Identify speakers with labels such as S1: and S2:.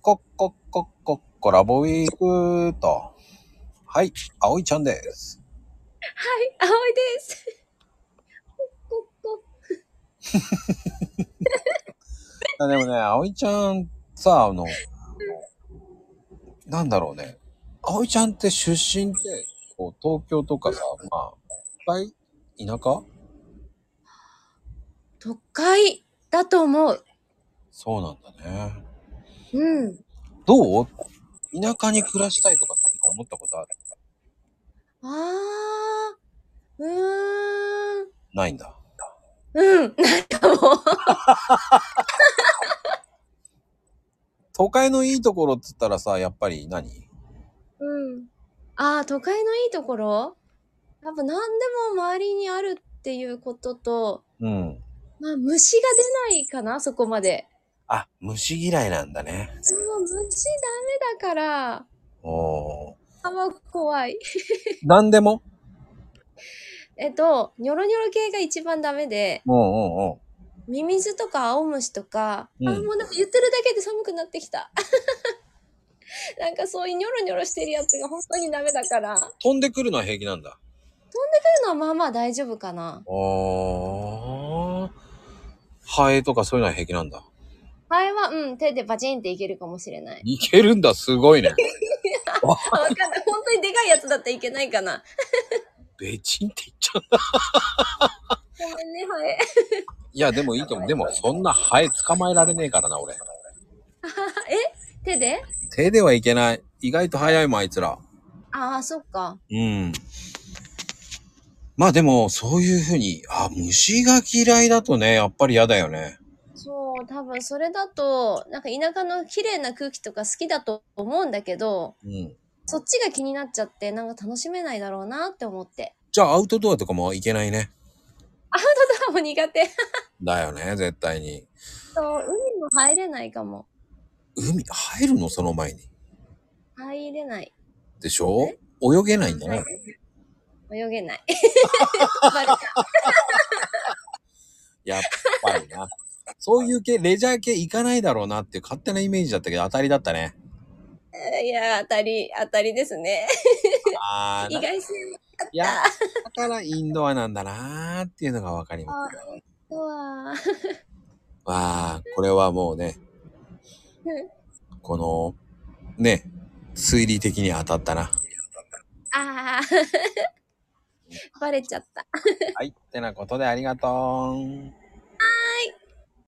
S1: コッコッコッコッコラボウィークと。はい、葵ちゃんです。
S2: はい、葵です。ここ
S1: いやでもね、葵ちゃんさ、あの、なんだろうね。葵ちゃんって出身って、こう東京とかさ、まあ、いっぱい田舎
S2: 都会だと思う。
S1: そうなんだね。
S2: うん。
S1: どう田舎に暮らしたいとか何か思ったことある
S2: あー。うーん。
S1: ないんだ。
S2: うん。 なんかもう。
S1: 都会のいいところって言ったらさ、やっぱり何
S2: うん。あー、都会のいいところやっぱ何でも周りにあるっていうことと、
S1: うん。
S2: まあ虫が出ないかな、そこまで。
S1: あ、虫嫌いなんだね。
S2: そう、虫ダメだから。
S1: おー。
S2: あんま怖い。
S1: 何でも
S2: えっと、ニョロニョロ系が一番ダメで、
S1: うんうんうん。
S2: ミミズとか青虫とか、
S1: うん
S2: あもうなんか言ってるだけで寒くなってきた なんかそういうニョロニョロしてるやつが本当にダメだからそうい
S1: 飛んでくるのは平気なんだ。
S2: うのはまあまあ大丈夫かな
S1: おー。ハエとかそういうのは平気なんだ。
S2: ハエはうん手でバチンっていけるかもしれない
S1: いけるんだ、すごい ね。
S2: あわかんない本当にでかいやつだったらいけないかな
S1: ベチンって言っちゃうんだ。
S2: ごめんねハエ
S1: いや、でもいいと思う。でも、そんなハエ捕まえられねえからな、俺。
S2: え手で
S1: 手ではいけない。意外と早いもん、あいつら。
S2: ああそっか
S1: うん。まあでも、そういうふうに、あ、虫が嫌いだとね、やっぱり嫌だよね。
S2: そう多分それだとなんか田舎の綺麗な空気とか好きだと思うんだけど
S1: うん。
S2: そっちが気になっちゃってなんか楽しめないだろうなって思って
S1: じゃあ、アウトドアとかもいけないね。
S2: ただもう苦手
S1: だよね、絶対に。
S2: そう、海も入れないかも。
S1: 海、入るのその前に。
S2: 入れない。
S1: でしょ泳げないんだ
S2: は
S1: ね。
S2: い泳げない。 バレた
S1: やっぱりな。そういう系、レジャー系行かないだろうなっていう勝手なイメージだったけど、当たりだったね。
S2: いや、当たり、当たりですね。
S1: あー
S2: 意
S1: な、い
S2: 外性は。
S1: や、だからインドアなんだなーっていうのがわかります。
S2: うわー
S1: わあ、これはもうね、この、ね、推理的に当たった な。
S2: あ ー。バレちゃった。
S1: はい、ってなことでありがとう。